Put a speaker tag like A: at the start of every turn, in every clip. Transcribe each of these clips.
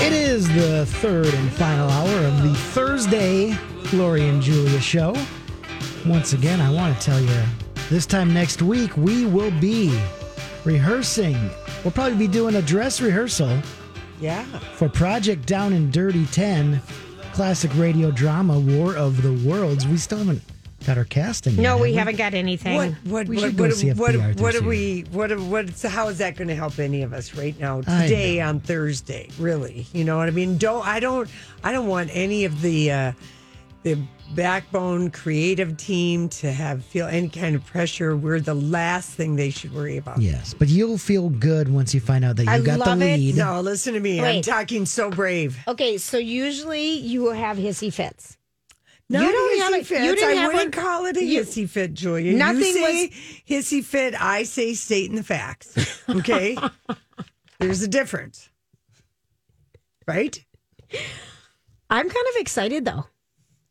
A: It is the third and final hour of the Thursday Lori and Julia show. Once again, I want to tell you this time next week, we will be rehearsing. We'll probably be doing a dress rehearsal
B: Yeah.
A: for Project Down and Dirty 10, classic radio drama War of the Worlds. We still haven't got our casting yet.
C: No,
A: have
C: we haven't got anything.
B: What what
A: We
B: what
A: should go
B: what
A: see if
B: what,
A: the
B: what
A: RTC.
B: are we what are, what's how is that going to help any of us right now
A: I
B: today on Thursday? Really, you know what I mean? Don't I don't I don't want any of the uh, the backbone creative team to have feel any kind of pressure. We're the last thing they should worry about.
A: Yes, but you'll feel good once you find out that you
C: I
A: got the
C: love it.
A: lead.
B: No, listen to me. I'm
C: Wait.
B: talking so brave.
C: Okay, so usually you have hissy fits.
B: Not
C: You don't
B: hissy
C: have a- you
B: fits.
C: didn't
B: I
C: have
B: wouldn't
C: one-
B: call it a
C: you-
B: hissy fit, Julia. you
C: Nothing
B: say hissy fit. I say stating the facts. Okay, there's a difference, right?
C: I'm kind of excited though.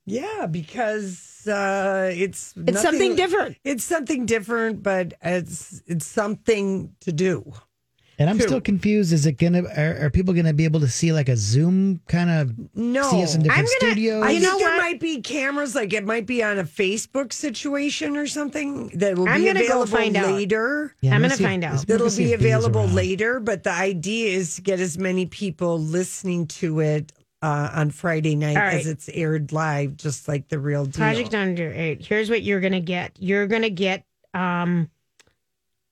B: Yeah, because uh, it's
C: It's something different.
B: It's something different, but it's it's something to do.
A: And I'm
B: Two.
A: still confused. Is it gonna? Are, are people gonna be able to see like a Zoom kind of?
B: No.
A: see us in different
C: I'm gonna-
A: studios.
B: I
C: You
B: think
C: know
B: there
C: what?
B: might be cameras, like it might be on a Facebook situation or something that will
C: I'm
B: be
C: gonna go
B: available
C: find out.
B: later.
A: Yeah,
C: I'm
A: let's
C: gonna
A: see if-
C: find out.
A: let's- let's
B: that'll
A: see
B: be
A: if Bee's
B: available
A: around.
B: later but the idea is to get as many people listening to it uh, on friday night
C: All right.
B: as it's aired live just like the real deal
C: Project Under Eight. Here's what you're gonna get. You're gonna get um,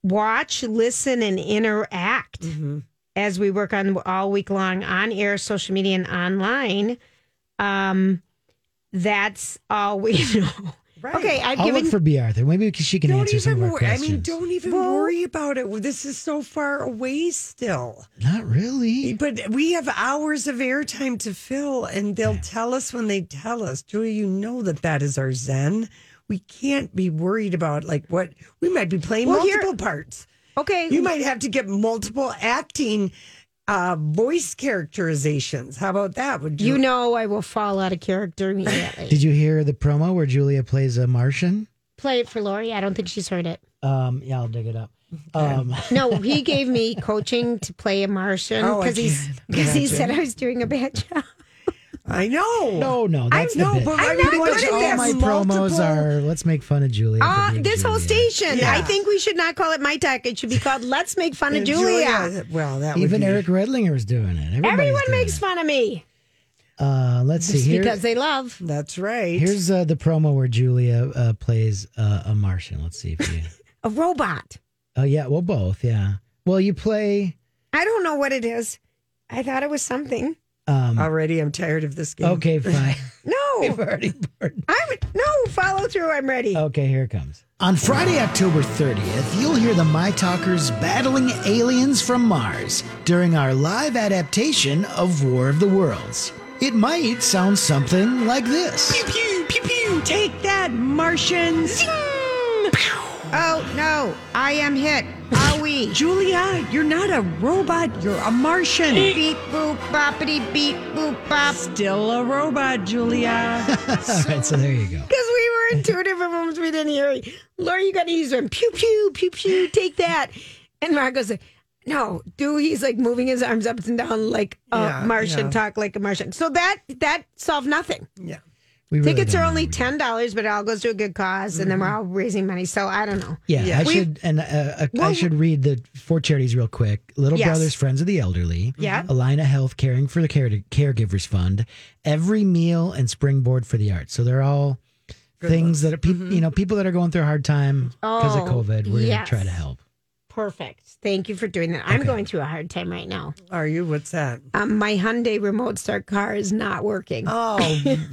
C: watch, listen, and interact
B: Mhm.
C: as we work on all week long on air, social media, and online. Um, that's all we know.
B: Right.
C: Okay, I've
A: I'll
C: given
A: look for B. Arthur. Maybe she- she can
B: don't
A: answer some of
B: even
A: our
B: worry i
A: questions.
B: mean don't even
C: Well-
B: worry about it this is so far away still
A: Not really.
B: but we have hours of airtime to fill and they'll tell us when they tell us julia you know that that is our zen we can't be worried about like what we might be playing
C: Well, here-
B: multiple parts
C: okay.
B: You might have to get multiple acting uh, voice characterizations. How about that? Would you?
C: you know I will fall out of character immediately.
A: Did you hear the promo where Julia plays a Martian?
C: Play it for Lori. I don't think she's heard it.
A: Um, yeah, I'll dig it up. Um,
C: No, he gave me coaching to play a Martian
B: Oh, I
C: because he's
B: can't
C: because he
B: imagine.
C: said I was doing a bad job.
B: I know.
A: no, no, that's the
B: know,
A: bit.
C: I'm
B: but I
C: not
B: mean,
C: good
B: what
C: at
B: if
A: All
C: this.
B: there's
A: my promos
B: multiple-
A: are let's make fun of Julia. for
C: Uh,
A: being
C: this whole
A: Julia."
C: station.
B: Yeah.
C: I think we should not call it my tech. It should be called "Let's Make Fun of
B: And
C: Julia."
B: Well, that
A: Even
B: would be,
A: Eric Redlinger was doing it. Everybody's
C: Everyone
A: doing
C: makes
A: it.
C: fun of me
A: Uh, let's see
C: just
A: here.
C: because they love.
B: That's right.
A: Here's uh, the promo where Julia uh, plays uh, a Martian. Let's see if you.
C: A robot.
A: Oh yeah, well both. Yeah. Well, you play.
C: I don't know what it is. I thought it was something.
A: Um,
B: already. I'm tired of this game.
A: okay, fine. We've
C: No,
A: already burned.
C: I'm no follow through. I'm ready.
A: Okay, here it comes. On Friday, October 30th, you'll hear the My Talkers battling aliens from Mars during our live adaptation of War of the Worlds. It might sound something like this.
B: Pew pew pew. Take that, Martians.
C: Oh no, I am hit. Are we?
B: Julia, you're not a robot. You're a Martian.
C: beep boop boppity beep boop bop.
B: Still a robot, Julia.
A: All right, so there you go.
C: Because we were in two different rooms, we didn't hear it. Laura, you got to use them. Pew pew pew pew. Take that. And Marco's like, no, do he's like moving his arms up and down like a
B: Yeah,
C: Martian,
B: yeah.
C: talk like a Martian. So that that solved nothing.
B: yeah.
A: We really
C: Tickets
A: don't
C: are
A: know.
C: only
A: We-
C: ten dollars, but it all goes to a good because and then we're all raising money. So I don't know.
A: Yeah, I
B: Yeah.
C: We-
A: should and uh, uh, I
C: Well-
A: should read the four charities real quick. Little
C: Yes.
A: Brothers Friends of the Elderly,
C: Yeah.
A: Alina Health Caring for the Care- Caregivers Fund, Every Meal and Springboard for the Arts. So they're all things that are peop you know people that are going through a hard time because of
C: Mm-hmm. Oh,
A: COVID. We're
C: yes.
A: gonna try to help.
C: Perfect. Thank you for doing that. I'm
A: Okay.
C: going through a hard time right now.
B: Are you? What's that?
C: Um, my Hyundai remote start car is not working.
B: Oh,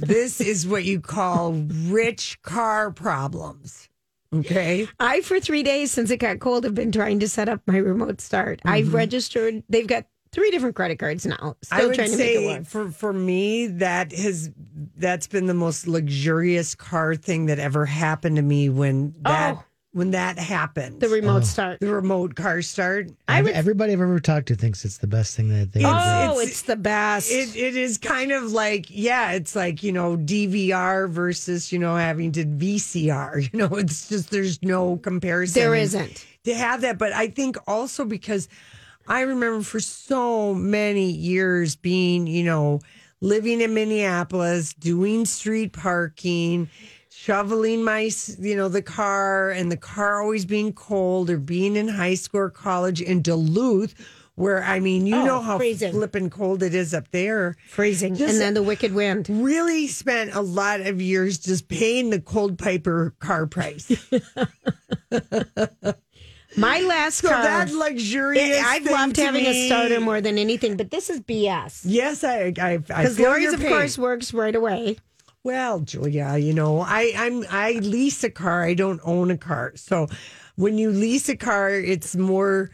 B: this is what you call rich car problems. Okay.
C: I, for three days since it got cold, have been trying to set up my remote start. I've registered. They've got three different credit cards now.
B: Mm-hmm. I
C: Still
B: would
C: trying to make it
B: say
C: work.
B: for for me that has that's been the most luxurious car thing that ever happened to me when that
C: Oh.
B: when that happened.
C: The remote start.
B: the remote car start.
C: I
A: Ev-
C: would-
A: Everybody I've ever talked to thinks it's the best thing that they ever did.
C: oh,
B: it's-
C: it's, the best.
B: It it is kind of like yeah, it's like you know DVR versus you know having to VCR. You know, it's just there's no comparison.
C: there
B: And
C: isn't.
B: to have that, but I think also because I remember for so many years being you know living in Minneapolis, doing street parking. Shoveling my, s- you know, the car and the car always being cold or being in high school or college in Duluth, where I mean, you
C: Oh,
B: know how
C: freezing.
B: flipping cold it is up there
C: Freezing.
B: Just-
C: and then the wicked wind.
B: really spent a lot of years just paying the cold piper car price. so
C: My last car.
B: that luxurious.
C: I've
B: thing
C: loved
B: to
C: having
B: me-
C: a starter more than anything, but this is BS.
B: Yes, I, I, I
C: Because
B: feel
C: Lori's,
B: your
C: of
B: pain.
C: course, works right away.
B: Well, Julia, you know, I, I'm, I lease a car. I don't own a car. So when you lease a car, it's more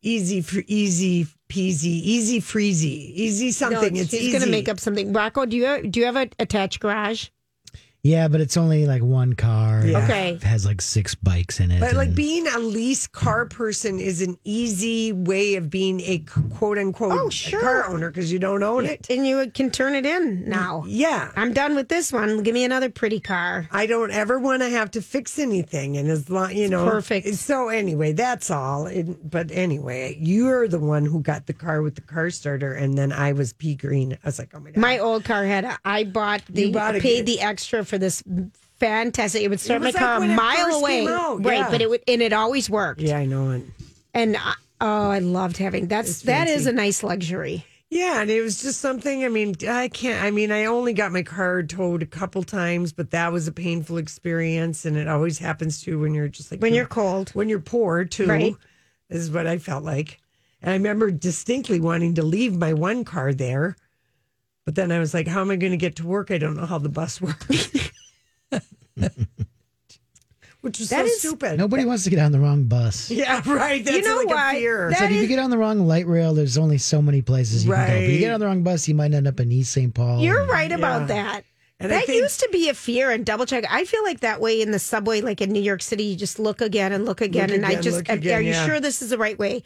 B: easy for easy peasy, easy freezy, easy something.
C: No,
B: it's
C: she's
B: easy.
C: going to make up something. Rocco, do you do you have an attached garage?
A: Yeah, but it's only like one car.
B: Yeah.
C: Okay.
A: It has like six bikes in it.
B: But like
A: and-
B: being a lease car person is an easy way of being a quote unquote
C: Oh, sure.
B: car owner because you don't own it.
C: And you can turn it in now.
B: Yeah.
C: I'm done with this one. Give me another pretty car.
B: I don't ever want to have to fix anything. And as long, you know,
C: perfect.
B: So, anyway, that's all. And but anyway, you're the one who got the car with the car starter. And then I was pea green. I was like, oh my God.
C: My old car had a, I bought the
B: You bought it.
C: paid the extra for this fantastic. It would start my
B: was
C: car
B: like
C: a
B: when it
C: mile
B: first
C: away,
B: came out,
C: right?
B: yeah.
C: But it would and it always worked.
B: yeah, I know. And
C: And I, oh, I loved having that's that is a nice luxury.
B: yeah, and it was just something. I mean, I can't, I mean, I only got my car towed a couple times, but that was a painful experience. And it always happens too when you're just like,
C: When you're cold,
B: when you're poor too
C: Right.
B: is what i felt like and i remember distinctly wanting to leave my one car there but then i was like how am i going to get to work i don't know how the bus works which is so
C: That is-
B: stupid
A: nobody wants to get on the wrong bus.
B: yeah right that's
C: know
B: like
C: why?
B: a fear
C: That
A: Like if you
C: is-
A: get on the wrong light rail, there's only so many places you can go. If you
B: Right.
A: get on the wrong bus, you might end up in East St. Paul.
C: you're
A: and-
C: right about that.
B: Oh, and
C: that
B: i think
C: used to be a fear and double check. I feel like that way in the subway, like in New York City, you just look again and look again,
B: Look
C: and I
B: again,
C: just
B: look
C: am-
B: again,
C: are you
B: yeah.
C: sure this is the right way?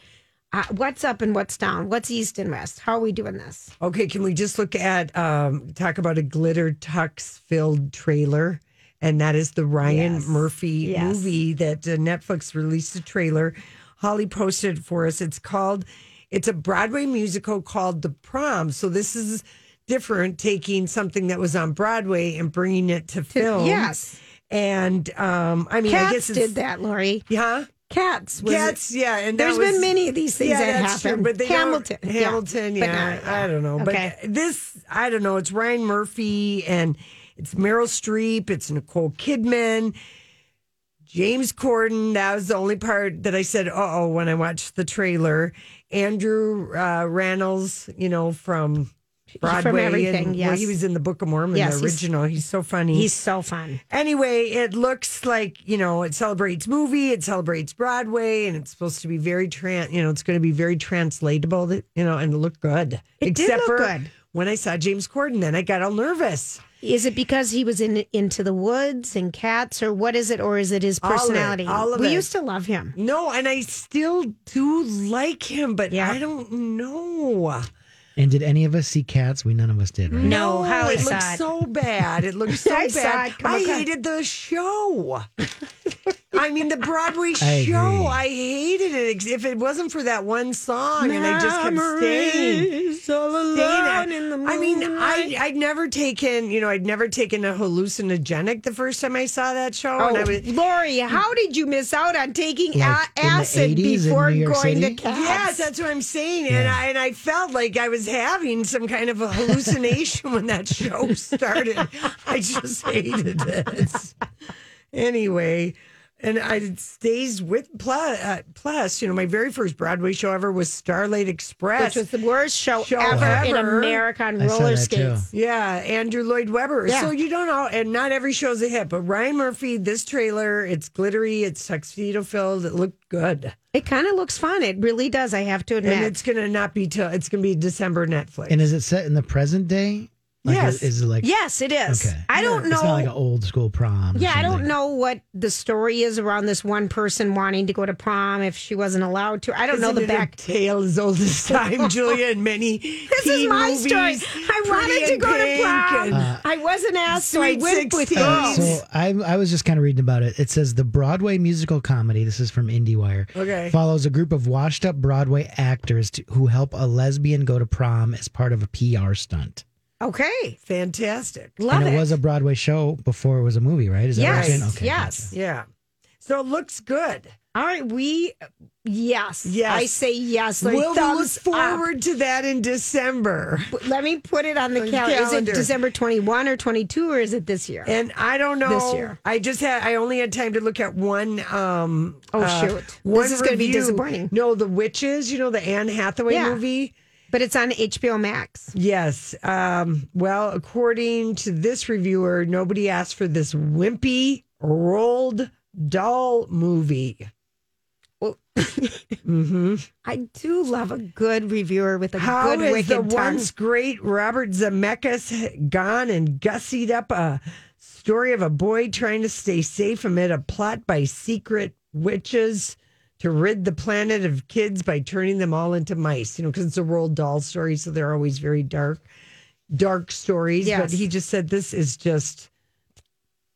C: Uh, what's up and what's down? What's east and west? How are we doing this?
B: okay can we just look at um talk about a glitter tux filled trailer and that is the Ryan
C: Yes.
B: Murphy
C: Yes.
B: movie that uh, Netflix released the trailer. Holly posted it for us. It's called, it's a Broadway musical called The Prom. So this is different, taking something that was on Broadway and bringing it to film.
C: Yes,
B: And um, I mean, I
C: cats
B: guess it's.
C: did that, Lori.
B: Yeah.
C: Cats. Was,
B: Cats, yeah. And that
C: There's
B: was-
C: been many of these things that
B: that's
C: happen.
B: true, but they don't-
C: Hamilton. yeah,
B: Hamilton,
C: but
B: yeah.
C: not- yeah.
B: I don't know.
C: Okay.
B: But this, I don't know. It's Ryan Murphy and it's Meryl Streep. It's Nicole Kidman. James Corden. That was the only part that I said, uh oh, when I watched the trailer. Andrew uh, Rannells, you know, from Broadway. and-
C: everything,
B: well, he
C: yes.
B: was in the Book of Mormon,
C: Yes,
B: the
C: he's-
B: original. He's, so funny.
C: He's so fun.
B: Anyway, it looks like, you know, it celebrates movie, it celebrates Broadway, and it's supposed to be very, tran- you know, it's going to be very translatable, that- you know, and look good.
C: It did look good.
B: when I saw James Corden, then I got all nervous.
C: Is it because he was in Into the Woods and Cats, or what is it, or is it his
B: of it,
C: personality?
B: all of
C: we
B: it.
C: used to love him.
B: No, and I still do like him, but
C: Yeah.
B: I don't know.
A: And did any of us see cats? We none of us did, right?
C: No, how
B: it
C: is
B: looks
C: that?
B: so bad. It looks so
C: I saw
B: bad.
C: it come
B: I
C: across.
B: hated the show. I mean, the Broadway
A: I agree.
B: show. I hated it. If it wasn't for that one song, and I just kept staying.
C: Memories all
B: Staying at-
C: alone in the moon.
B: I mean, I I'd never taken, you know, I'd never taken a hallucinogenic the first time I saw that show, and I
C: Oh,
B: was
C: Lori, how did you miss out on taking
A: Like
C: a-
A: in the
C: acid
A: 80s in
C: before
A: New York
C: going
A: City?
C: to cats?
B: Yes, that's what I'm saying, and
A: Yeah.
B: I and I felt like I was having some kind of a hallucination when that show started. I just hated it. Anyway, and I it stays with plus, uh, plus, you know, my very first Broadway show ever was Starlight Express.
C: which was the worst show,
B: Show
C: ever, in
B: ever.
C: America on
A: I saw
C: roller
A: that too.
C: skates.
B: yeah, Andrew Lloyd Webber.
C: Yeah.
B: So you don't know, and not every show's a hit. But Ryan Murphy, this trailer, it's glittery, it's tuxedo filled, it looked good,
C: It kind of looks fun. It really does. I have to admit.
B: and it's gonna not be till it's gonna be December Netflix.
A: And is it set in the present day? Like,
B: Yes.
A: Is, is it like
C: yes, it is.
A: Okay.
C: I don't know.
A: It's not like an old school prom. or
C: yeah, I don't
A: something.
C: know what the story is around this one person wanting to go to prom if she wasn't allowed to. I don't know
B: Isn't
C: the
B: it a
C: back.
B: tale as old as time, Julia, and many.
C: This is my story. I wanted to go to prom. I wasn't asked, so I
B: Sweet
C: went with
B: 16.
C: you.
A: So I, I was just kind of reading about it. It says the Broadway musical comedy. This is from IndieWire.
B: Okay.
A: Follows a group of washed-up Broadway actors to, who help a lesbian go to prom as part of a PR stunt.
C: Okay,
B: Fantastic.
C: love
A: and it,
C: it.
A: was a Broadway show before it was a movie, right? Is that what
C: yes,
A: you're saying? Okay,
C: yes.
B: Yeah. So it looks good.
C: All right, we yes,
B: Yes.
C: I say yes. Like
B: we'll look
C: thumbs
B: forward to that in December.
C: Up. Let me put it on the
B: The
C: calendar. Is it
B: calendar.
C: December twenty one or twenty two, or is it this year?
B: And I don't know.
C: This year.
B: I just had. I only had time to look at one. Um,
C: Oh,
B: uh,
C: shoot. This
B: one
C: is gonna be
B: review.
C: disappointing.
B: No, the witches. You know the Anne Hathaway
C: Yeah.
B: movie.
C: but it's on HBO Max.
B: Yes. Um, well, according to this reviewer, nobody asked for this wimpy, rolled doll movie.
C: Well,
B: Mm-hmm.
C: I do love a good reviewer with a
B: How
C: good
B: is
C: wicked
B: the
C: tongue.
B: once great Robert Zemeckis gone and gussied up a story of a boy trying to stay safe amid a plot by secret witches to rid the planet of kids by turning them all into mice? You know, because it's a Roald doll story, so they're always very dark, dark stories.
C: Yes.
B: But he just said this is just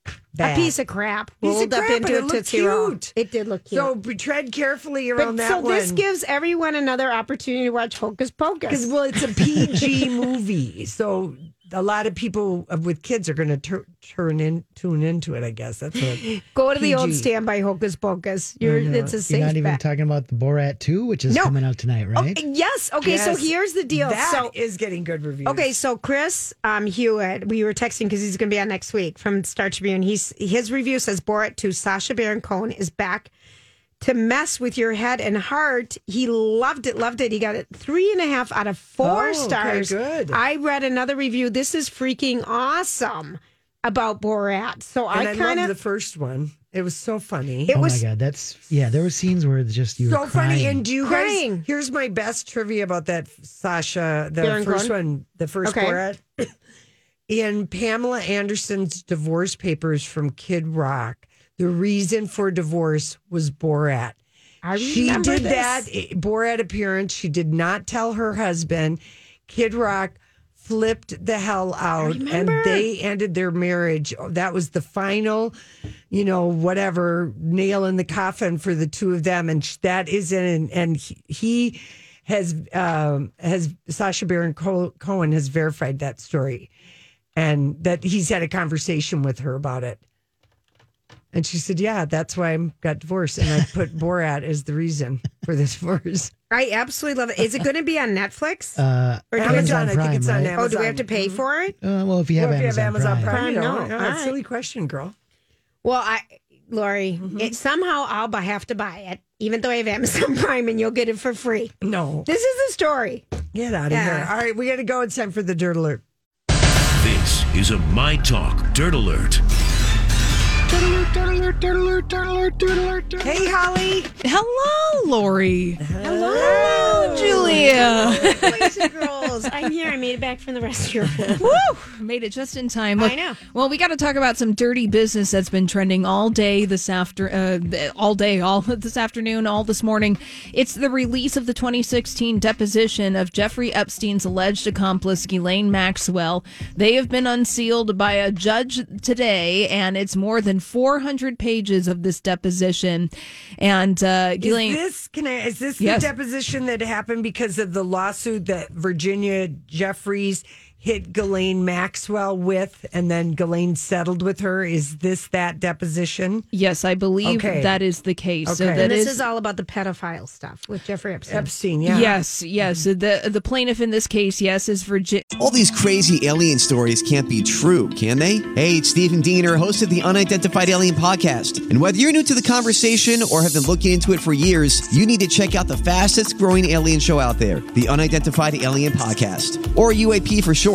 C: a
B: bad.
C: piece of crap
B: Piece of
C: rolled up
B: crap, and
C: into
B: it
C: a
B: looked
C: tootsie roll.
B: cute.
C: It did look cute.
B: so be- tread carefully around
C: but,
B: that
C: so this
B: one.
C: gives everyone another opportunity to watch Hocus Pocus.
B: Because well, it's a PG movie, so a lot of people with kids are going to tur- turn in tune into it. I guess that's what.
C: Go to the old
B: PG.
C: standby Hocus Pocus. You're, it's a safe
A: You're not even
C: bet.
A: talking about the Borat 2, which is
C: No. Oh,
A: coming out tonight, right?
C: Okay, yes. Okay. So
B: Yes.
C: here's the deal.
B: That
C: so
B: is getting good reviews.
C: Okay, so Chris um, Hewitt, we were texting because he's going to be on next week from Star Tribune. He's his review says Borat to Sasha Baron Cohen is back to mess with your head and heart. He loved it, loved it. He got it three and a half out of
B: Oh,
C: four
B: okay,
C: stars.
B: good.
C: I read another review. This is freaking awesome about Borat. So
B: and I,
C: I
B: loved
C: kind of
B: the first one. It was so funny. Oh,
C: it
A: oh
C: was
A: my God, that's yeah. There were scenes where it's just you
B: so
A: were crying.
B: funny. And do you
C: Crying.
B: guys? Here's my best trivia about that Sasha, the
C: Baron
B: first
C: Cohen?
B: one, the first
C: Okay.
B: Borat. In Pamela Anderson's divorce papers from Kid Rock, the reason for divorce was Borat.
C: I
B: She
C: remember
B: did
C: this.
B: that Borat appearance. She did not tell her husband. Kid Rock flipped the hell out, and they ended their marriage. That was the final, you know, whatever nail in the coffin for the two of them, and sh- that is in. And he- he has um, has Sasha Baron Co- Cohen has verified that story, and that he's had a conversation with her about it. And she said, "Yeah, that's why I got divorced, and I put Borat as the reason for this divorce."
C: I absolutely love it. Is it going to be on Netflix?
A: uh,
C: Or do we have to-
A: Amazon
B: Amazon, I think
A: Prime,
B: it's on
A: right?
C: oh, do we have
B: Amazon. Mm-hmm.
C: to pay for it?
A: uh, well, if you have,
B: Well, if you have
A: Amazon,
B: Amazon Prime,
C: Prime,
B: you
C: no.
B: don't.
C: All
B: That's a
C: right.
B: silly question, girl.
C: Well, I, Lori, it, somehow I'll bu- have to buy it, even though I have Amazon Prime, and you'll get it for free.
B: No,
C: This is the story.
B: get out of
C: Yeah.
B: here. All right, we got to go. It's time for the dirt alert.
D: This is a My Talk Dirt Alert.
B: Hey, Holly.
E: Hello, Lori.
C: Hello,
E: Julia.
C: boys and girls. I'm here. I made it back from the restroom.
E: Woo! Made it just in time.
C: I know.
E: Well, we got to talk about some dirty business that's been trending all day this after, uh, all day, all this afternoon, all this morning. It's the release of the 2016 deposition of Jeffrey Epstein's alleged accomplice Ghislaine Maxwell. They have been unsealed by a judge today, and it's more than 400 pages of this deposition. And uh,
B: Is
E: Ghislaine.
B: this can I? Is this
E: Yes.
B: the deposition that happened because of the lawsuit that Virginia Jeff Jeffries hit Ghislaine Maxwell with, and then Ghislaine settled with her. Is this that deposition?
E: Yes, I believe
B: Okay.
E: that is the case. So
B: Okay.
E: that
C: And this
E: is,
C: is all about the pedophile stuff with Jeffrey Epstein.
B: Epstein, yeah. Mm-hmm.
E: yes, yes. The the plaintiff in this case, yes, is Virginia.
F: All these crazy alien stories can't be true, can they? Hey, it's Stephen Diener, host of the Unidentified Alien Podcast. And whether you're new to the conversation or have been looking into it for years, you need to check out the fastest growing alien show out there, the Unidentified Alien Podcast, or UAP for short.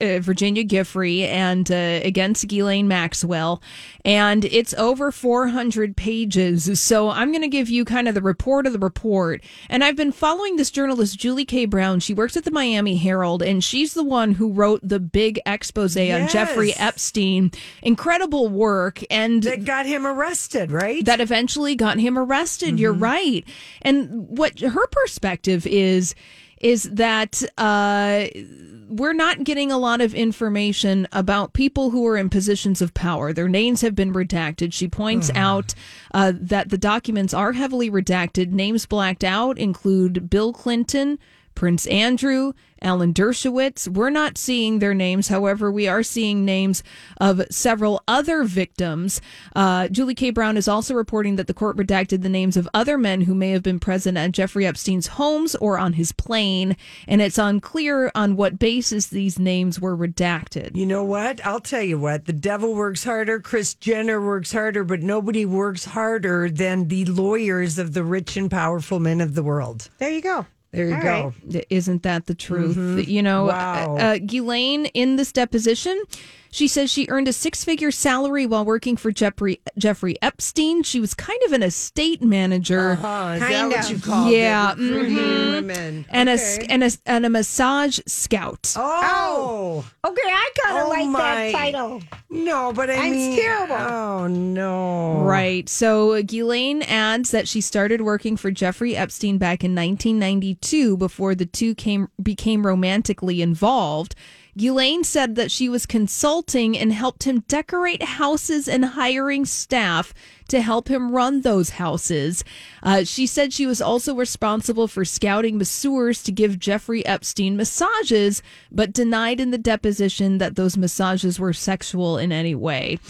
E: uh, Virginia Giffrey and uh, against Ghislaine Maxwell. And it's over 400 pages. So I'm going to give you kind of the report of the report. And I've been following this journalist, Julie K. Brown. She works at the Miami Herald, and she's the one who wrote the big expose on
B: Yes.
E: Jeffrey Epstein. Incredible work. And
B: That got him arrested, right?
E: that eventually got him arrested. You're right. And what her perspective is is that uh, we're not getting a lot of information about people who are in positions of power. Their names have been redacted. She points out uh, that the documents are heavily redacted. Names blacked out include Bill Clinton. Prince Andrew, Alan Dershowitz. We're not seeing their names. However, we are seeing names of several other victims. Uh, Julie K. Brown is also reporting that the court redacted the names of other men who may have been present at Jeffrey Epstein's homes or on his plane, and it's unclear on what basis these names were redacted.
B: You know what? I'll tell you what. The devil works harder. Chris Jenner works harder, but nobody works harder than the lawyers of the rich and powerful men of the world.
C: There you go.
B: There you
C: All
B: go. Mm-hmm.
C: right.
E: Isn't that the truth? You know,
B: Wow.
E: uh, uh, Ghislaine in this deposition, she says she earned a six-figure salary while working for Jeffrey Jeffrey Epstein. She was kind of an estate manager.
B: Uh-huh. Is that
C: Kind
B: what
C: of.
B: you call
E: Yeah,
B: it? Recruiting
E: mhm.
B: women.
E: And a,
B: Okay.
E: and a and a massage scout.
B: Oh,
C: Okay, I kind of
B: Oh,
C: like
B: my.
C: that title.
B: no, but I
C: That's
B: mean,
C: terrible.
B: Oh no,
E: Right. So Ghislaine adds that she started working for Jeffrey Epstein back in 1992 before the two came became romantically involved. Ghislaine said that she was consulting and helped him decorate houses and hiring staff to help him run those houses. Uh, she said she was also responsible for scouting masseurs to give Jeffrey Epstein massages, but denied in the deposition that those massages were sexual in any way.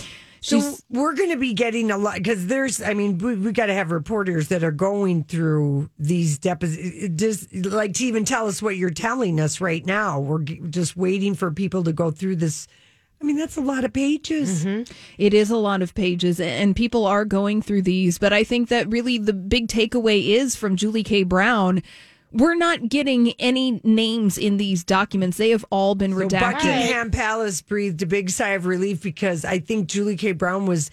E: She's,
B: So we're going to be getting a lot because there's, I mean, we, we got to have reporters that are going through these depositions, just like to even tell us what you're telling us right now. We're g- just waiting for people to go through this. I mean, that's a lot of pages.
E: It is a lot of pages, and people are going through these. But I think that really the big takeaway is from Julie K. Brown. We're not getting any names in these documents. They have all been
B: So
E: redacted.
B: Buckingham Palace breathed a big sigh of relief because I think Julie K. Brown was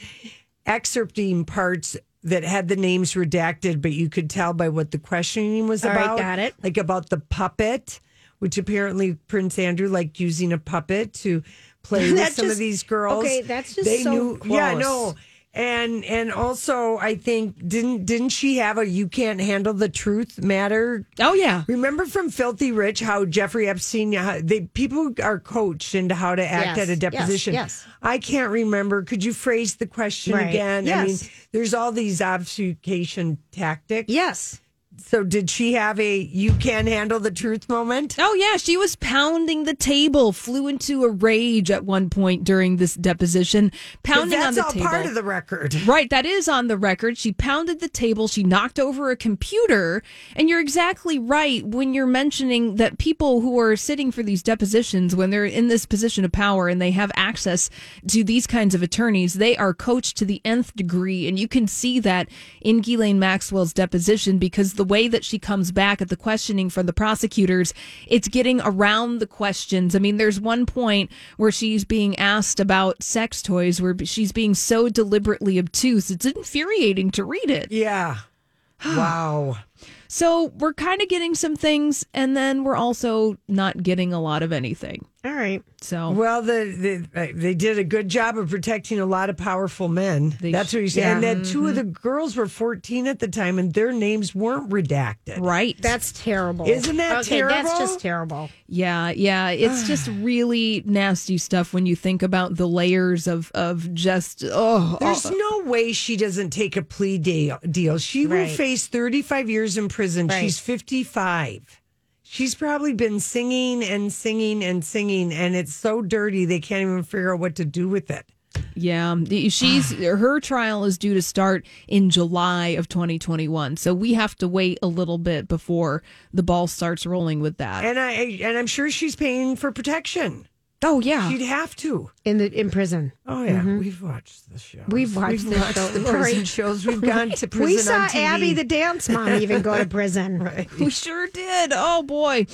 B: excerpting parts that had the names redacted, but you could tell by what the questioning was
C: All right,
B: about.
C: got it.
B: Like about the puppet, which apparently Prince Andrew liked using a puppet to play with
C: That's
B: some of
C: just-
B: these girls.
C: okay, that's just so
B: Yeah,
C: gross.
B: no. And and also I think didn't didn't she have a you can't handle the truth matter
E: Oh yeah,
B: Remember from Filthy Rich how Jeffrey Epstein, how they people are coached into how to
C: Yes,
B: act at a
C: yes,
B: deposition.
C: yes.
B: I can't remember. Could you phrase the question
C: Right.
B: again? I mean,
C: Yes.
B: there's all these obfuscation tactics.
C: Yes.
B: So did she have a you can handle the truth moment?
E: oh yeah. She was pounding the table, flew into a rage at one point during this deposition,
B: 'Cause
E: pounding
B: That's
E: on the
B: all
E: table.
B: part of the record.
E: Right, that is on the record. She pounded the table, she knocked over a computer. And you're exactly right when you're mentioning that people who are sitting for these depositions, when they're in this position of power and they have access to these kinds of attorneys, they are coached to the nth degree. And you can see that in Ghislaine Maxwell's deposition because the way that she comes back at the questioning from the prosecutors, it's getting around the questions. I mean, there's one point where she's being asked about sex toys, where she's being so deliberately obtuse. It's infuriating to read it.
B: Yeah. wow.
E: So we're kind of getting some things, and then we're also not getting a lot of anything.
C: All right.
E: So
B: Well, the, the, uh, they did a good job of protecting a lot of powerful men.
E: They
B: That's what you
E: sh-
B: said. And then two of the girls were 14 at the time, and their names weren't redacted.
E: right,
C: That's terrible.
B: Isn't that
C: okay,
B: terrible?
C: That's just terrible.
E: Yeah, yeah, it's just really nasty stuff when you think about the layers of of just oh,
B: There's
E: all-
B: no way she doesn't take a plea deal. deal. She will
C: Right.
B: face 35 years in prison.
C: Right.
B: She's 55. She's probably been singing and singing and singing, and it's so dirty they can't even figure out what to do with it.
E: yeah. um, She's her trial is due to start in July of 2021, so we have to wait a little bit before the ball starts rolling with that.
B: And I and I'm sure she's paying for protection.
E: oh yeah,
B: She'd have to.
C: In the in prison.
B: Oh yeah, we've watched the show.
C: We've watched the show.
B: the prison shows. We've gone to prison.
C: we saw
B: on TV.
C: Abby the dance mom even go to prison. right.
E: we sure did. Oh boy.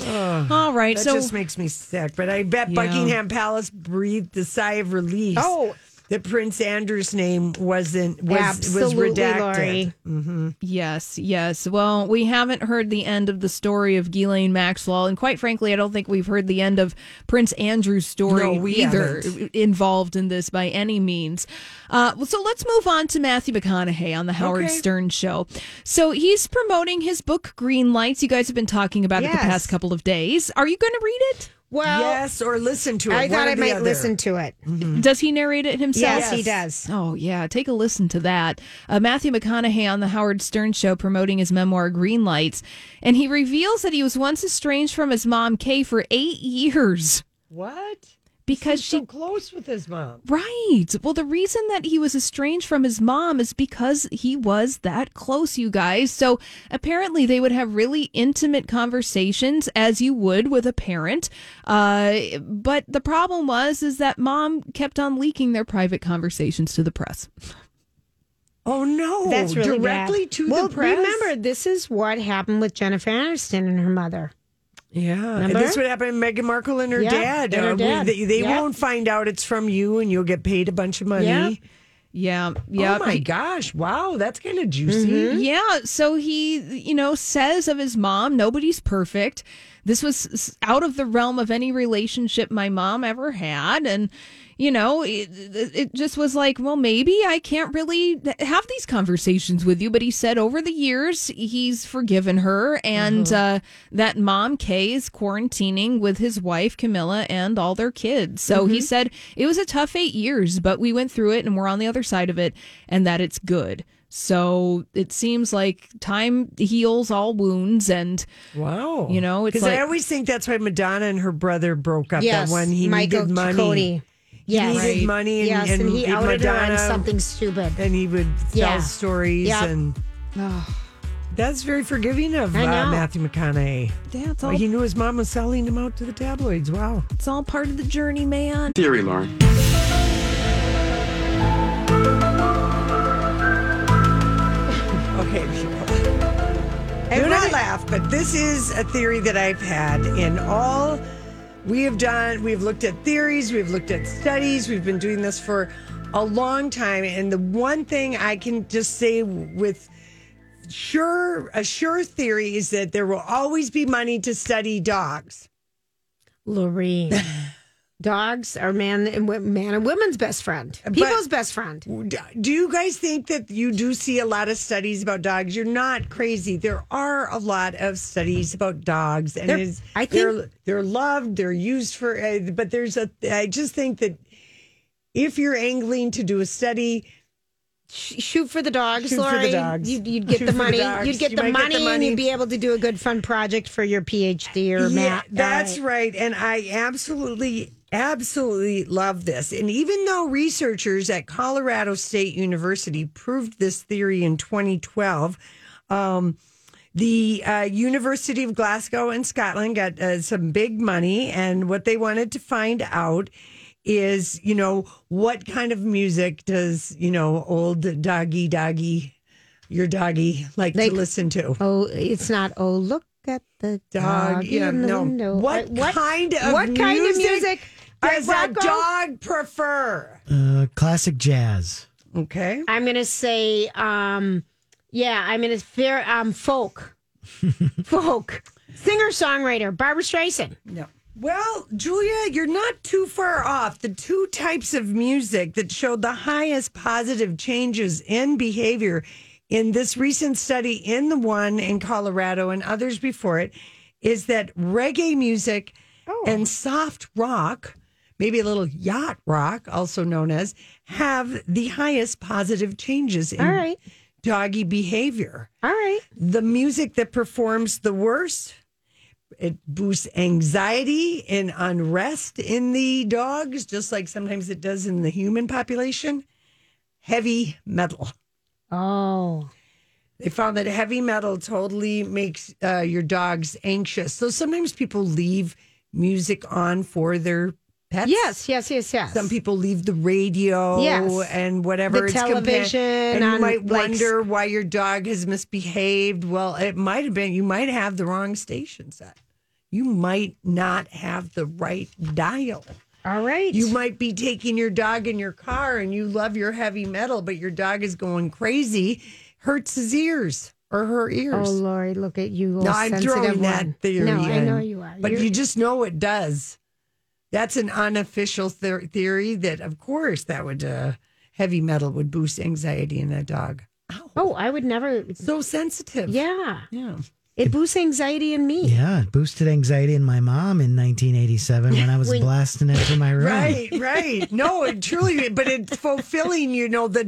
E: all right,
B: That
E: so
B: just makes me sick. But I bet
E: Yeah.
B: Buckingham Palace breathed a sigh of relief.
C: Oh.
B: that Prince Andrew's name wasn't was was
C: Absolutely,
B: redacted.
C: Lori.
E: Yes, yes. Well, we haven't heard the end of the story of Ghislaine Maxwell, and quite frankly, I don't think we've heard the end of Prince Andrew's story
B: No, we
E: either
B: haven't.
E: involved in this by any means. Uh, well, so let's move on to Matthew McConaughey on the Howard
B: Okay.
E: Stern show. So he's promoting his book Green Lights. You guys have been talking about it
C: Yes.
E: the past couple of days. Are you going to read it?
C: Well,
B: yes, or listen to it.
C: I
B: one
C: thought
B: or
C: I
B: the
C: might
B: other. Mm-hmm.
C: listen to it.
B: Mm.
E: Does he narrate it himself?
C: Yes, he does.
E: Oh, yeah. Take a listen to that. Uh, Matthew McConaughey on The Howard Stern Show promoting his memoir, Green Lights. And he reveals that he was once estranged from his mom, Kay, for eight years
B: What?
E: because
B: He's
E: she.
B: so close with his mom.
E: Right. Well, the reason that he was estranged from his mom is because he was that close, you guys. So apparently, they would have really intimate conversations, as you would with a parent. Uh, but the problem was is that mom kept on leaking their private conversations to the press.
B: Oh no!
C: That's really
B: directly
C: bad.
B: to
C: well,
B: the press.
C: remember this is what happened with Jennifer Aniston and her mother.
B: Yeah, and
C: Remember?
B: this would happen to Meghan Markle and her
C: Yeah,
B: dad.
C: and her
B: Uh, we-
C: dad.
B: They, they
C: Yeah.
B: won't find out it's from you, and you'll get paid a bunch of money.
E: Yeah. Yeah. Yeah.
B: Oh my gosh! Wow, that's kind of juicy.
C: Mm-hmm.
E: Yeah. So he, you know, says of his mom, nobody's perfect. This was s- out of the realm of any relationship my mom ever had. And, you know, it, it it just was like, well, maybe I can't really have these conversations with you. But he said over the years, he's forgiven her and uh, that mom, Kay, is quarantining with his wife, Camilla, and all their kids. So he said it was a tough eight years, but we went through it and we're on the other side of it and that it's good. So it seems like time heals all wounds, and
B: Wow.
E: You know, it's
B: because I
E: like-
B: always think that's why Madonna and her brother broke up.
C: yes,
B: that when he
C: Michael
B: needed money,
C: Cody. Yes,
B: he needed money, and,
C: yes, and, he
B: and
C: outed her
B: Madonna,
C: on something stupid.
B: and he would tell
C: Yeah.
B: stories,
C: Yep.
B: and that's very forgiving of uh,
C: I know.
B: Matthew McConaughey.
E: yeah, it's
B: Well,
E: all,
B: he knew his mom was selling him out to the tabloids. Wow.
E: it's all part of the journey, man.
G: Theory, Lauren.
B: Okay, people. Do not laugh, but this is a theory that I've had in all we have done. We've looked at theories, we've looked at studies, we've been doing this for a long time. And the one thing I can just say with sure, a sure theory is that there will always be money to study dogs.
C: Lorraine. Dogs are man and wo- man and woman's best friend. People's best friend.
B: Do you guys think that you do see a lot of studies about dogs? You're not crazy. There are a lot of studies about dogs, and
C: They're-
B: it's,
C: I think-
B: they're they're loved. They're used for, uh, but there's a. I just think that if you're angling to do a study,
C: Sh- shoot for the dogs,
B: Shoot for the
C: Lori.
B: dogs.
C: You'd, you'd get
B: Shoot
C: the
B: for the
C: money.
B: dogs.
C: you'd get
B: You
C: the
B: might get
C: money,
B: the
C: and
B: money.
C: you'd be able to do a good fun project for your PhD or
B: Yeah,
C: Matt.
B: That's right. And I absolutely, absolutely love this. And even though researchers at Colorado State University proved this theory in 2012, um, the uh, University of Glasgow in Scotland got uh, some big money. And what they wanted to find out is, you know, what kind of music does, you know, old doggy doggy your doggy like
C: Like-
B: to listen to.
C: Oh, it's not. Oh, look at the dog.
B: Dog, yeah,
C: in the
B: no.
C: window." Uh,
B: What,
C: what
B: kind of
C: what
B: music
C: kind of music
B: does
C: All right,
B: a
C: Rocco.
B: dog prefer?
A: Uh, classic jazz.
B: Okay,
C: I'm gonna say, um, yeah, I'm gonna fear um, folk, folk singer songwriter Barbara Streisand.
B: no. Well, Julia, you're not too far off. The two types of music that showed the highest positive changes in behavior in this recent study, in the one in Colorado and others before it, is that reggae music
C: Oh.
B: and soft rock, maybe a little yacht rock, also known as, have the highest positive changes in
C: All right.
B: doggy behavior.
C: All right,
B: the music that performs the worst it boosts anxiety and unrest in the dogs just like sometimes it does in the human population heavy metal
C: oh,
B: they found that heavy metal totally makes uh, your dogs anxious so sometimes people leave music on for their pets
C: yes, yes, yes, yes.
B: some people leave the radio
C: Yes.
B: and whatever
C: The
B: it's compa-
C: television
B: and you
C: on,
B: might
C: like,
B: wonder why your dog has misbehaved well it might have been you might have the wrong station set you might not have the right dial
C: All right,
B: you might be taking your dog in your car and you love your heavy metal but your dog is going crazy hurts his ears or her ears
C: Oh, Lori, look at you.
B: no,
C: old
B: I'm
C: sensitive
B: throwing
C: one.
B: that theory.
C: No, I
B: in,
C: know you are.
B: But
C: You're-
B: you just know it does. That's an unofficial ther- theory that, of course, that would uh, heavy metal would boost anxiety in a dog. Ow,
C: Oh, I would never.
B: so sensitive.
C: Yeah,
B: yeah.
C: it boosts anxiety in me.
A: Yeah, it boosted anxiety in my mom in 1987 when I was
C: When-
A: blasting it through my room.
B: Right, right. No, it truly, but it's fulfilling. You know the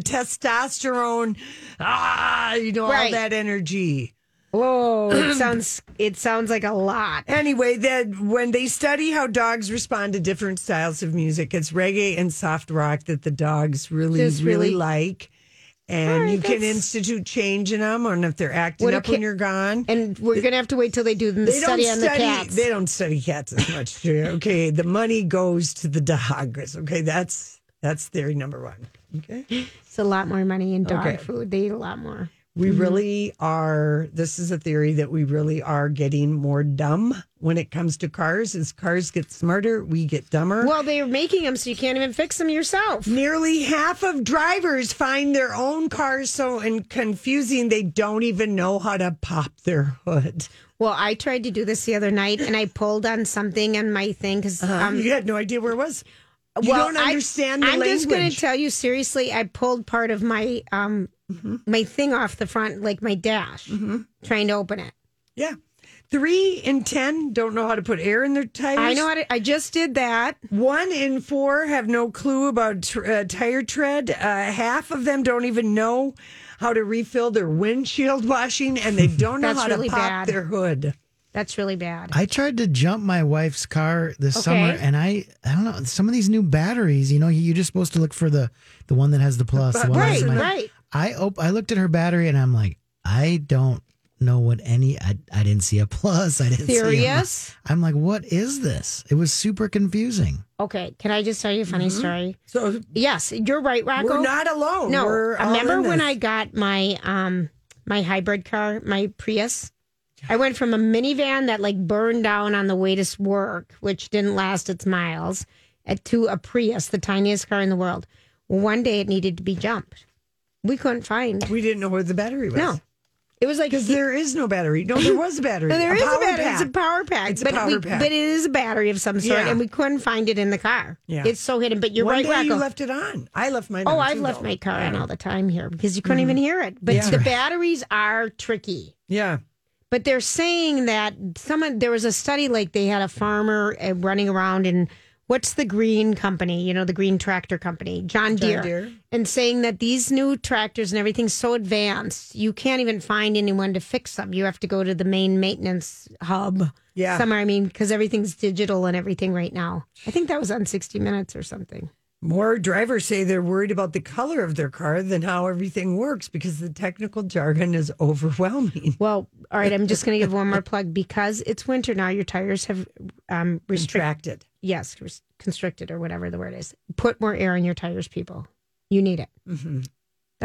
B: testosterone, ah, you know all
C: Right.
B: that energy.
C: Whoa, it sounds it sounds like a lot.
B: Anyway, that when they study how dogs respond to different styles of music, it's reggae and soft rock that the dogs really,
C: Just
B: really,
C: really-
B: like.
C: All
B: And
C: right,
B: you can
C: that's-
B: institute change in them, and if they're acting
C: What a
B: up when
C: ki-
B: you're gone.
C: And we're gonna have to wait till they do the
B: They
C: study
B: don't
C: on
B: study.
C: the cats.
B: They don't study cats as much. Julia. okay, the money goes to the dogs. Okay, that's that's theory number one. Okay.
C: It's a lot more money in dog
B: Okay.
C: food. They eat a lot more.
B: We really are. This is a theory that we really are getting more dumb when it comes to cars. As cars get smarter, we get dumber.
C: Well, they're making them so you can't even fix them yourself.
B: Nearly half of drivers find their own cars so in- confusing they don't even know how to pop their hood.
C: Well, I tried to do this the other night and I pulled on something on my thing because
B: Um, you had no idea where it was. You
C: well,
B: don't
C: I-
B: understand the
C: I'm
B: language.
C: just going to tell you seriously. I pulled part of my um
B: Mm-hmm.
C: my thing off the front, like my dash, trying to open it.
B: yeah. Three in ten don't know how to put air in their tires.
C: I know how to, I just did that.
B: One in four have no clue about tr- uh, tire tread. Uh, half of them don't even know how to refill their windshield washing, and they don't know
C: That's
B: how
C: really
B: to pop
C: bad.
B: their hood.
C: That's really bad.
A: I tried to jump my wife's car this
C: Okay.
A: summer, and I I don't know some of these new batteries. You know, you're just supposed to look for the the one that has the plus. The one that has
C: right,
A: the minus.
C: right.
A: I op- I looked at her battery, and I'm like, I don't know what any. I, I didn't see a plus. I didn't see. A mi-
C: Serious.
A: I'm like, what is this? It was super confusing.
C: Okay, can I just tell you a funny story?
B: So
C: Yes, you're right, Rocco.
B: Mm-hmm. we're not alone.
C: No,
B: We're all
C: remember
B: in
C: when
B: this.
C: I got my um my hybrid car, my Prius? I went from a minivan that like burned down on the way to work, which didn't last its miles, at to a Prius, the tiniest car in the world. One day it needed to be jumped. We couldn't find.
B: we didn't know where the battery was?
C: No, it was like
B: Because there is no battery. No, there was a battery.
C: No, there is a
B: power
C: battery. It's a
B: pack.
C: power pack,
B: It's a
C: but
B: power
C: we,
B: pack.
C: but it is a battery of some sort,
B: Yeah.
C: and we couldn't find it in the car.
B: Yeah.
C: it's so hidden. But you're
B: One
C: right,
B: day you
C: Rocco.
B: left it on. I left mine.
C: Oh,
B: on
C: I've
B: too,
C: left
B: though. Mm-hmm.
C: my car on all the time here because you couldn't even hear it. But
B: Yeah.
C: the batteries are tricky.
B: Yeah.
C: But they're saying that someone there was a study like they had a farmer uh, running around in what's the green company? You know, the green tractor company, John Deere,
B: Deere.
C: and saying that these new tractors and everything's so advanced, you can't even find anyone to fix them. You have to go to the main maintenance hub.
B: Yeah.
C: Somewhere, I mean, because everything's digital and everything right now. I think that was on 60 Minutes or something.
B: More drivers say they're worried about the color of their car than how everything works because the technical jargon is overwhelming.
C: Well, all right. I'm just going to give one more plug because it's winter now. Your tires have um, restricted,
B: Distracted.
C: yes, res- constricted or whatever the word is. Put more air in your tires, people. You need it. That's
B: Mm-hmm.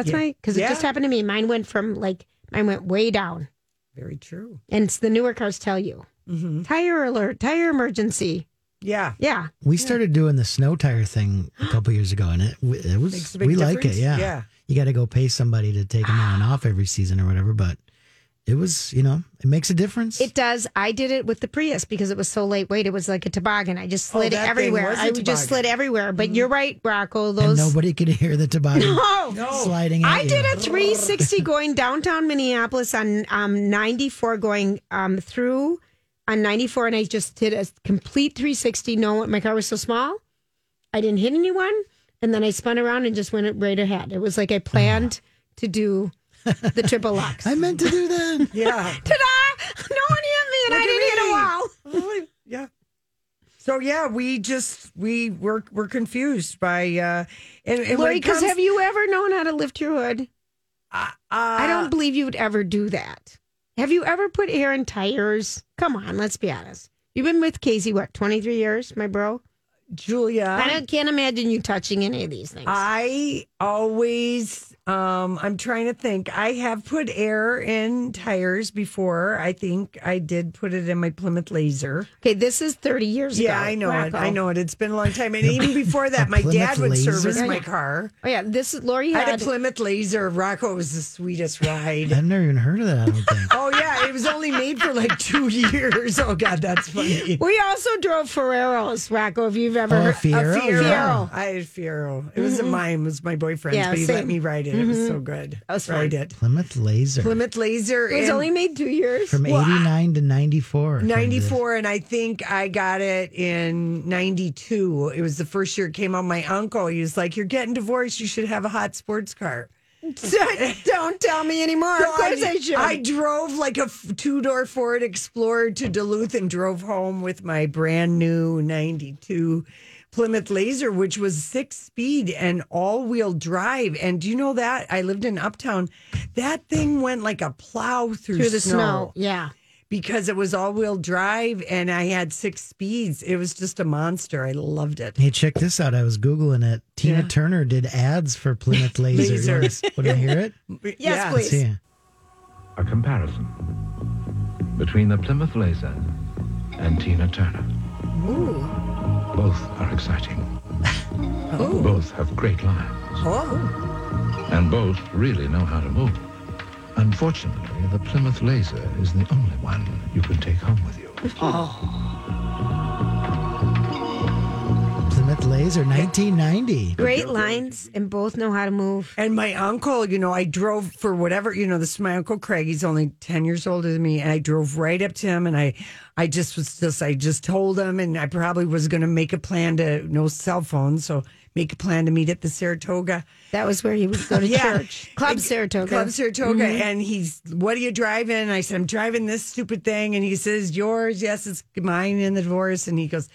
B: Yeah.
C: my because it
B: Yeah.
C: just happened to me. Mine went from like mine went way down,
B: Very true.
C: and it's the newer cars tell you tire alert, tire emergency.
B: Mm-hmm. Yeah.
C: Yeah,
A: We started doing the snow tire thing a couple years ago, and it, it
B: Makes
A: was
B: a
A: we
B: big
A: like it.
B: difference.
A: Yeah,
B: Yeah.
A: you got to go pay somebody to take them on and off every season or whatever, but it was you know it makes a difference.
C: it does. I did it with the Prius because it was so lightweight. It was like a toboggan. I just
B: Oh,
C: slid
B: that thing
C: everywhere.
B: was a
C: I would just
B: toboggan. Mm-hmm.
C: slid everywhere. But you're right, Rocco.
A: and
C: Those
A: nobody could hear the toboggan
C: no.
A: sliding. At
C: Oh, I
A: you.
C: did a 360 going downtown Minneapolis on um, 94 going um, through on 94, and I just did a complete 360. No, one- my car was so small, I didn't hit anyone, and then I spun around and just went right ahead. It was like I planned to do the triple locks.
A: I meant to do that.
B: Yeah.
C: Ta-da! No one hit me, and I
B: Look at
C: didn't hit a
B: me.
C: wall.
B: Really? yeah. So yeah, we just we were we're confused by uh and, and
C: Lori, because have you ever known how to lift your hood?
B: uh,
C: I don't believe you would ever do that. Have you ever put air in tires? Come on, let's be honest. You've been with Casey, what, 23 years, my bro?
B: Julia.
C: I don't, can't imagine you touching any of these things.
B: Um, I always um I'm trying to think. I have put air in tires before. I think I did put it in my Plymouth laser.
C: okay, this is 30 years
B: Yeah,
C: ago.
B: I know it.
C: Rocco.
B: I know it. It's been a long time. And even before that, my dad
A: Plymouth
B: would
A: Laser?
B: service
C: Yeah,
B: my
C: yeah.
B: car.
C: Oh, yeah, this is Lori
B: I
C: had.
B: had a Plymouth laser. Rocco was the sweetest ride.
A: I've never even heard of that. I don't think.
B: oh yeah. It was only made for like two years. Oh God, that's funny.
C: we also drove Ferreros, Rocco, if you've ever
A: Oh,
C: heard.
A: Fiero.
B: A Fiero.
C: Fiero.
B: I had Fiero. It was a mine. It was my
C: Mm-hmm.
B: boyfriend's,
C: Yeah,
B: but he let
C: same. Mm-hmm.
B: me ride it. It was so good. I
C: was fun.
B: ride it.
A: Plymouth Laser
B: Plymouth Laser.
C: It was
B: and-
C: only made two years.
A: from eighty nine to ninety four.
B: 94 and i think i got it in 92 it was the first year it came out my uncle he was like you're getting divorced you should have a hot sports car
C: Don't tell me anymore.
B: So
C: of course I, should.
B: I drove like a two door Ford Explorer to Duluth and drove home with my brand new 92 Plymouth Laser, which was six speed and all wheel drive. And do you know that? I lived in Uptown. That thing went like a plow through,
C: Through the snow. Yeah.
B: because it was all wheel drive and I had six speeds. It was just a monster. I loved it.
A: Hey, check this out. I was Googling it. Tina Turner did ads for Plymouth Laser.
B: Laser.
A: Would I hear it?
B: Yes,
C: please.
A: See ya.
G: A comparison between the Plymouth Laser and Tina Turner. Both are exciting. Both have great lines.
B: Oh,
G: And both really know how to move. Unfortunately, the Plymouth Laser is the only one you can take home with you.
A: Plymouth Laser, 1990.
C: Great lines, and both know how to move.
B: and my uncle, you know, I drove for whatever, you know, this is my uncle Craig. He's only 10 years older than me. And I drove right up to him and I, I just was just, I just told him and I probably was going to make a plan to, no cell phone. So make a plan to meet at the Saratoga.
C: That was where he would go to church. Club Saratoga. Mm-hmm.
B: Club Saratoga. And he's, what are you driving? I said, I'm driving this stupid thing. And he says, yours. Yes, it's mine in the divorce. And he goes,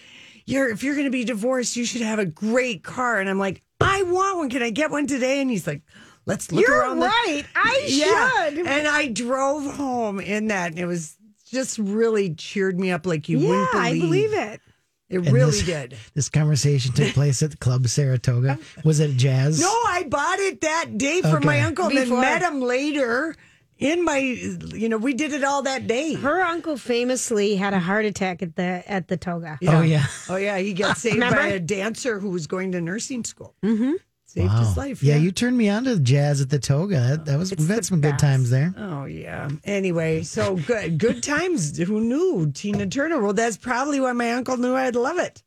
B: you're, if you're going to be divorced, you should have a great car. And I'm like, I want one. Can I get one today? And he's like, let's look
C: You're
B: around. the-"
C: right. I should.
B: And I drove home in that. And it was just really cheered me up like you wouldn't believe.
C: I believe it.
B: It
A: And
B: really
A: this-
B: did.
A: This conversation took place at the Club Saratoga. Was it jazz?
B: No, I bought it that day from my
A: Okay.
B: uncle and then
C: Before.
B: met him later in my, you know, we did it all that day.
C: Her uncle famously had a heart attack at the at the toga.
A: Oh, yeah.
B: Oh, yeah. He got saved by
C: Remember?
B: a dancer who was going to nursing school. Mm-hmm. Saved
A: Wow.
B: his life.
A: Yeah, you turned me on to jazz at the toga. That, that was, we've had some good times there.
B: Oh yeah. Anyway, so good good times. Who knew Tina Turner? Well, that's probably why my uncle knew I'd love it.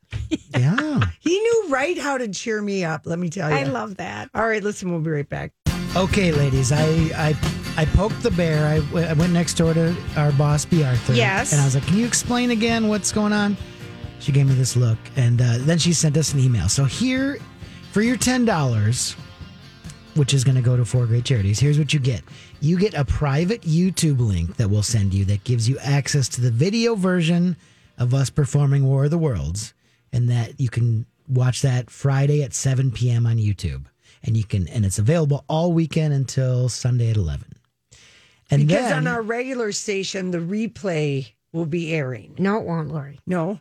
A: Yeah.
B: He knew right how to cheer me up. Let me tell you.
C: I love that.
B: All right, listen, we'll be right back.
A: Okay, ladies, I, I, I poked the bear. I, w- I went next door to our boss, B. Arthur.
C: Yes.
A: And I was like, can you explain again what's going on? She gave me this look, and uh, then she sent us an email. So here, for your $10, which is going to go to four great charities, here's what you get. You get a private YouTube link that we'll send you that gives you access to the video version of us performing War of the Worlds, and that you can watch that Friday at 7 p.m. on YouTube. And you can, and it's available all weekend until Sunday at 11. And
B: Because
A: then,
B: on our regular station, the replay will be airing.
C: No, it won't, Lori.
B: No?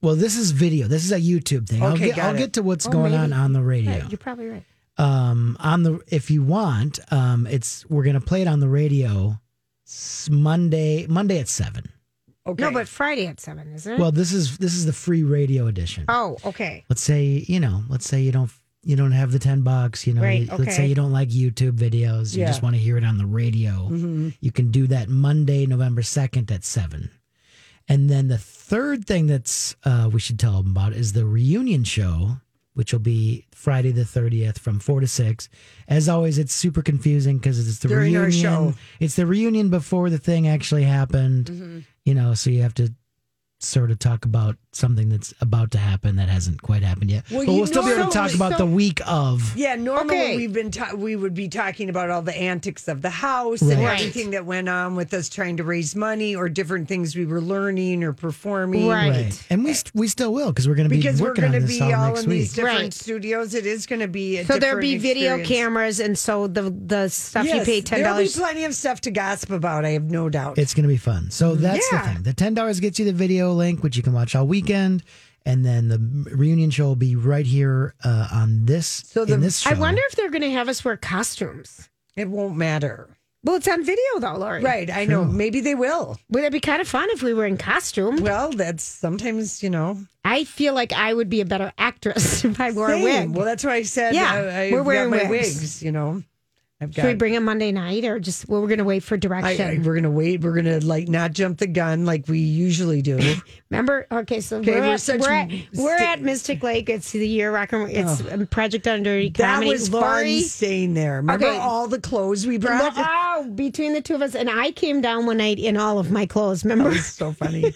A: well, this is video. This is a YouTube thing. I'll
B: Okay,
A: get,
B: got
A: I'll
B: it. Oh,
A: get to what's going on on the radio.
C: You're probably right.
A: um, on the if you want, um, it's we're gonna play it on the radio s- Monday Monday at seven.
B: Okay.
C: No, but Friday at seven, is it?
A: Well, this is this is the free radio edition.
C: oh, okay.
A: Let's say you know, let's say you don't you don't have the ten bucks. You know,
C: Right,
A: you- let's say
C: okay.
A: you don't like YouTube videos. You
B: Yeah. Mm-hmm.
A: just want to hear it on the radio. You can do that Monday, November second at seven. And then the third thing that's uh, we should tell them about is the reunion show, which will be Friday the thirtieth from four to six. As always, it's super confusing because it's the
B: During our
A: reunion.
B: show. Mm-hmm.
A: It's the reunion before the thing actually happened. You know, so you have to sort of talk about something that's about to happen that hasn't quite happened yet.
B: Well,
A: but
B: you
A: we'll still be able to
B: know-
A: talk about
B: so-
A: the week of.
B: Yeah, normally
C: Okay.
B: we've been ta- we would be talking about all the antics of the house and
A: Right.
B: everything that went on with us trying to raise money or different things we were learning or performing.
C: Right.
A: And we st- we still will because we're going to be
B: Because we're
A: working
B: going to
A: on this
B: be all
A: next
B: in these
A: week.
B: different
C: Right.
B: studios, it is going to be a
C: So there'll be
B: different
C: video
B: experience.
C: cameras, and so the the stuff you
B: Yes,
C: pay ten
B: There'll be
C: dollars.
B: plenty of stuff to gossip about. I have no doubt.
A: It's going to be fun. So
B: Mm-hmm.
A: that's the
C: Yeah.
A: thing. The ten dollars gets you the video link, which you can watch all weekend, and then the reunion show will be right here uh, on this.
B: So the-
A: in this show.
C: I wonder if they're going to have us wear costumes.
B: it won't matter.
C: Well, it's on video though, Lori.
B: Right, I know.
A: True.
B: Maybe they will.
C: Would it be kind of fun if we were in costume?
B: Well, that's sometimes you know.
C: I feel like I would be a better actress if I wore
B: same.
C: a wig.
B: Well, that's why I said.
C: Yeah,
B: I, I've
C: we're
B: got
C: wearing
B: my
C: wigs.
B: wigs. You know, I've got.
C: Should we bring a Monday night or just? Well, we're going to wait for
B: I,
C: direction.
B: I- we're gonna wait. We're gonna like not jump the gun like we usually do.
C: Remember? Okay, so
B: Okay,
C: we're,
B: we're
C: at,
B: such
C: we're, at,
B: st- Oh.
C: we're at Mystic Lake. It's the year rock and it's um, Project Under Comedy.
B: that was Lauren
C: Barney.
B: staying there. Remember
C: Okay.
B: all the clothes we
C: Look,
B: brought?
C: oh, between the two of us, and I came down one night in all of my clothes.
B: That
C: Remember?
B: was so funny.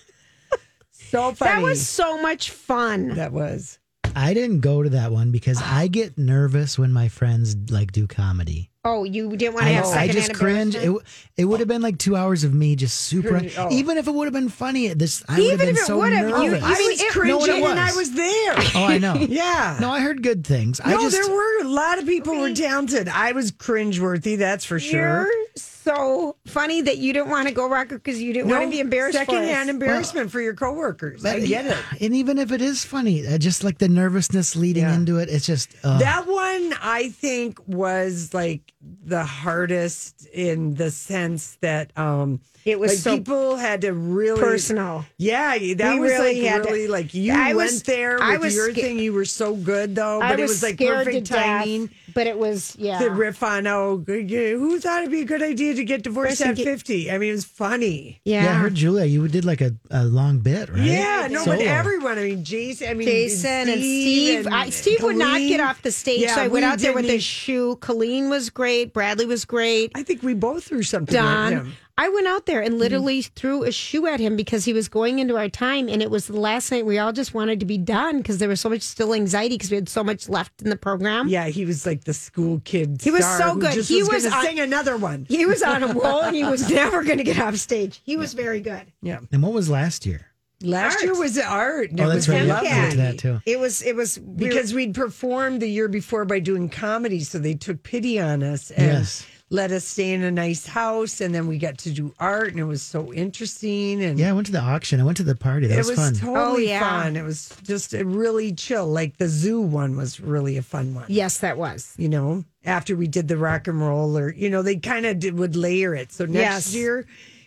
B: so funny.
C: That was so much fun.
B: That was.
A: I didn't go to that one because I get nervous when my friends like do comedy.
C: Oh, you didn't want to
A: I,
C: have
A: I
C: secondhand
A: just cringe. It,
C: embarrassment?
A: w- it would have been like two hours of me just super.
B: Cringe, oh.
A: Even if it would have been funny, this I would have
C: Even
A: been
C: if it
A: so
C: would have, you-
A: nervous.
C: I mean,
B: I was
C: it-
B: cringing
A: No, it
B: and I
A: was.
B: was there.
A: oh, I know.
B: yeah.
A: No, I heard good things. I
B: No,
A: just
B: there were a lot of people were talented. I was cringeworthy, that's for
C: You're
B: sure.
C: so funny that you didn't want to go rocker because you didn't want to be embarrassed. for
B: Secondhand
C: us.
B: embarrassment for your coworkers. I
A: But-
B: get it.
A: And even if it is funny, uh, just like the nervousness leading
B: Yeah.
A: into it, it's just uh,
B: That one, I think, was like the hardest in the sense that um,
C: It was
B: like,
C: so
B: people had to really
C: personal.
B: Yeah, that
C: We
B: was
C: really
B: like
C: had to-
B: really like you
C: I
B: went
C: was-
B: there with
C: I was
B: your
C: sca-
B: thing. You were so good though, but
C: I
B: it was like
C: scared
B: perfect
C: to death,
B: timing.
C: but it was yeah.
B: The riff on oh, good- yeah, who thought it'd be a good idea to get divorced
C: Person
B: at
C: get-
B: fifty? I mean, it was funny.
C: yeah.
A: yeah. I heard Julia, you did like a, a long bit, right?
B: Yeah, no, but
A: Solo.
B: everyone. I mean, Jason. I mean,
C: Jason and Steve. I, Steve would not
B: Colleen.
C: get off the stage,
B: Yeah,
C: so I went
B: we
C: out there with
B: didn't
C: his shoe. Colleen was great. Bradley was great.
B: I think we both threw something at
C: Don.
B: him. Mm.
C: I went out there and literally threw a shoe at him because he was going into our time, and it was the last night we all just wanted to be done because there was so much still anxiety because we had so much left in the program.
B: Yeah, he was like the school kid.
C: He was
B: star
C: so
B: who
C: good.
B: just
C: He
B: was,
C: was
B: gonna
C: on-
B: sing another one.
C: He was on a roll and he was never going to get off stage. He was very good.
B: Yeah,
A: And what was last year?
B: last
C: Art.
B: year was art. and
A: Oh,
B: it
A: that's
B: was
A: right.
C: yeah,
A: Yeah,
B: lovely.
C: Hellcat.
A: I did that too.
C: It was, it was we were-
B: because we'd performed the year before by doing comedy, so they took pity on us and
A: Yes.
B: let us stay in a nice house, and then we got to do art, and it was so interesting. And
A: Yeah, I went to the auction. I went to the party. That
B: it
A: was,
B: was,
A: fun.
B: totally
C: Oh, yeah.
B: fun. It was just a really chill. Like the zoo one was really a fun one.
C: yes, that was.
B: You know, after we did the rock and roll, or you know, they kind of did, would layer it. So next
C: Yes.
B: year,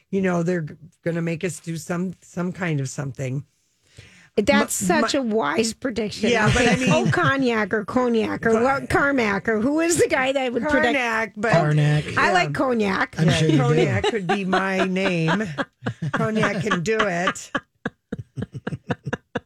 B: you know, they're g- gonna make us do some some kind of something.
C: That's such a wise prediction.
B: Yeah, but I
C: oh, cognac or cognac or what, Carmack or who is the guy that would predict?
B: Karnak, but
A: Karnak.
C: I like cognac.
A: I'm sure you did.
B: Cognac could be my name. Cognac can do it.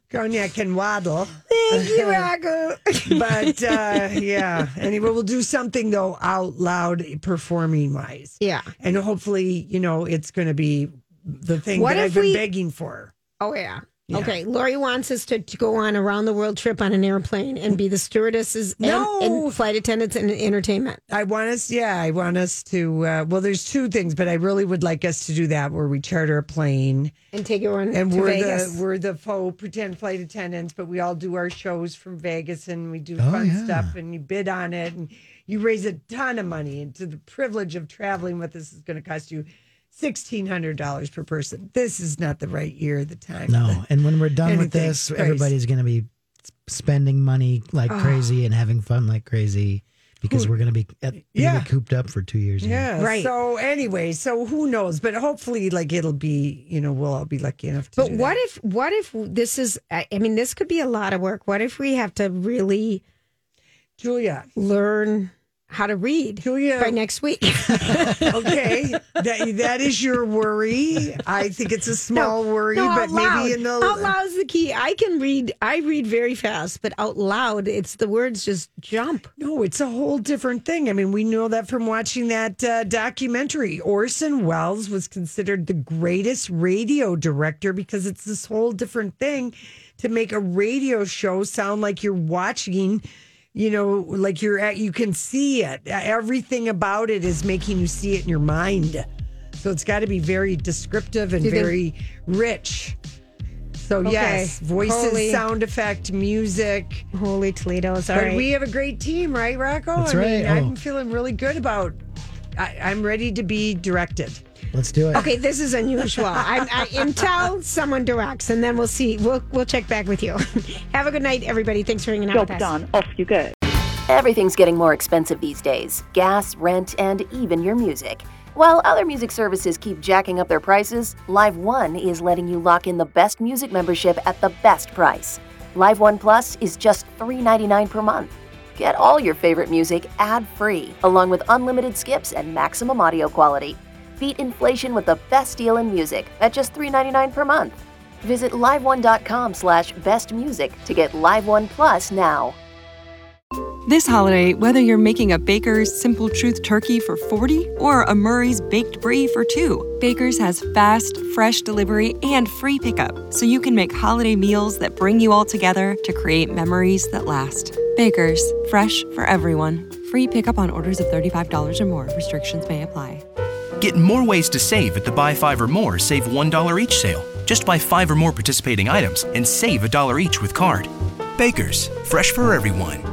B: Cognac can waddle.
C: Thank you, Aggo.
B: But uh, yeah, anyway, we'll do something though out loud performing wise.
C: yeah.
B: And hopefully, you know, it's going to be the thing
C: What if
B: that I've been
C: we-
B: begging for.
C: Oh yeah.
B: Yeah.
C: Okay, Lori wants us to, to go on a round the world trip on an airplane and be the stewardesses and-
B: No.
C: and, flight attendants and entertainment.
B: I want us, yeah, I want us to. Uh, well, there's two things, but I really would like us to do that where we charter a plane
C: And take everyone
B: and
C: to
B: we're
C: Vegas.
B: the we're the faux pretend flight attendants, but we all do our shows from Vegas and we do
A: Oh,
B: fun
A: yeah.
B: stuff and you bid on it and you raise a ton of money and to the privilege of traveling with this is going to cost you sixteen hundred dollars per person. This is not the right year, the time.
A: No, and when we're done with
B: Anything.
A: this,
B: Christ. Ah.
A: everybody's going to be spending money like crazy and having fun like crazy because we're going to be at, we're gonna
B: Yeah.
A: be cooped up for two years. now.
B: Yeah.
C: Right.
B: So anyway, so who knows? But hopefully, like it'll be, you know, we'll all be lucky enough to.
C: But
B: do
C: what
B: that.
C: if what if this is? I I mean, this could be a lot of work. What if we have to really
B: Julia?
C: learn how to read
B: Julia,
C: by next week?
B: okay, that that is your worry. I think it's a small worry,
C: No,
B: but
C: out loud.
B: maybe in the
C: out loud is the key. I can read. I read very fast, but out loud, it's the words just jump.
B: No, it's a whole different thing. I mean, we know that from watching that uh, documentary. Orson Welles was considered the greatest radio director because it's this whole different thing to make a radio show sound like you're watching, you know, like you're at, you can see it. Everything about it is making you see it in your mind. So it's got to be very descriptive and
C: Do they-
B: very rich. So,
C: Okay.
B: yes, voices,
C: Holy-
B: sound effect, music.
C: Holy Toledo!
B: But
C: Sorry,
B: we have a great team, right, Rocco?
A: That's
B: I mean,
A: right. Oh.
B: I'm feeling really good about. I, I'm ready to be directed.
A: Let's do it.
C: Okay, this is unusual. I'm, I, until someone directs, and then we'll see. We'll we'll check back with you. Have a good night, everybody. Thanks for hanging out with us.
E: Off you go. Everything's getting more expensive these days gas, rent, and even your music. While other music services keep jacking up their prices, Live One is letting you lock in the best music membership at the best price. Live One Plus is just $3.99 per month. Get all your favorite music ad free, along with unlimited skips and maximum audio quality. Beat inflation with the best deal in music at just $3.99 per month. Visit liveone.com slash bestmusic to get Live One Plus now.
H: This holiday, whether you're making a Baker's Simple Truth turkey for 40 or a Murray's Baked Brie for two, Baker's has fast, fresh delivery and free pickup, so you can make holiday meals that bring you all together to create memories that last. Baker's, fresh for everyone. Free pickup on orders of $35 or more. Restrictions may apply.
F: Get more ways to save at the Buy Five or More Save $1 each sale. Just buy five or more participating items and save a dollar each with card. Bakers, fresh for everyone.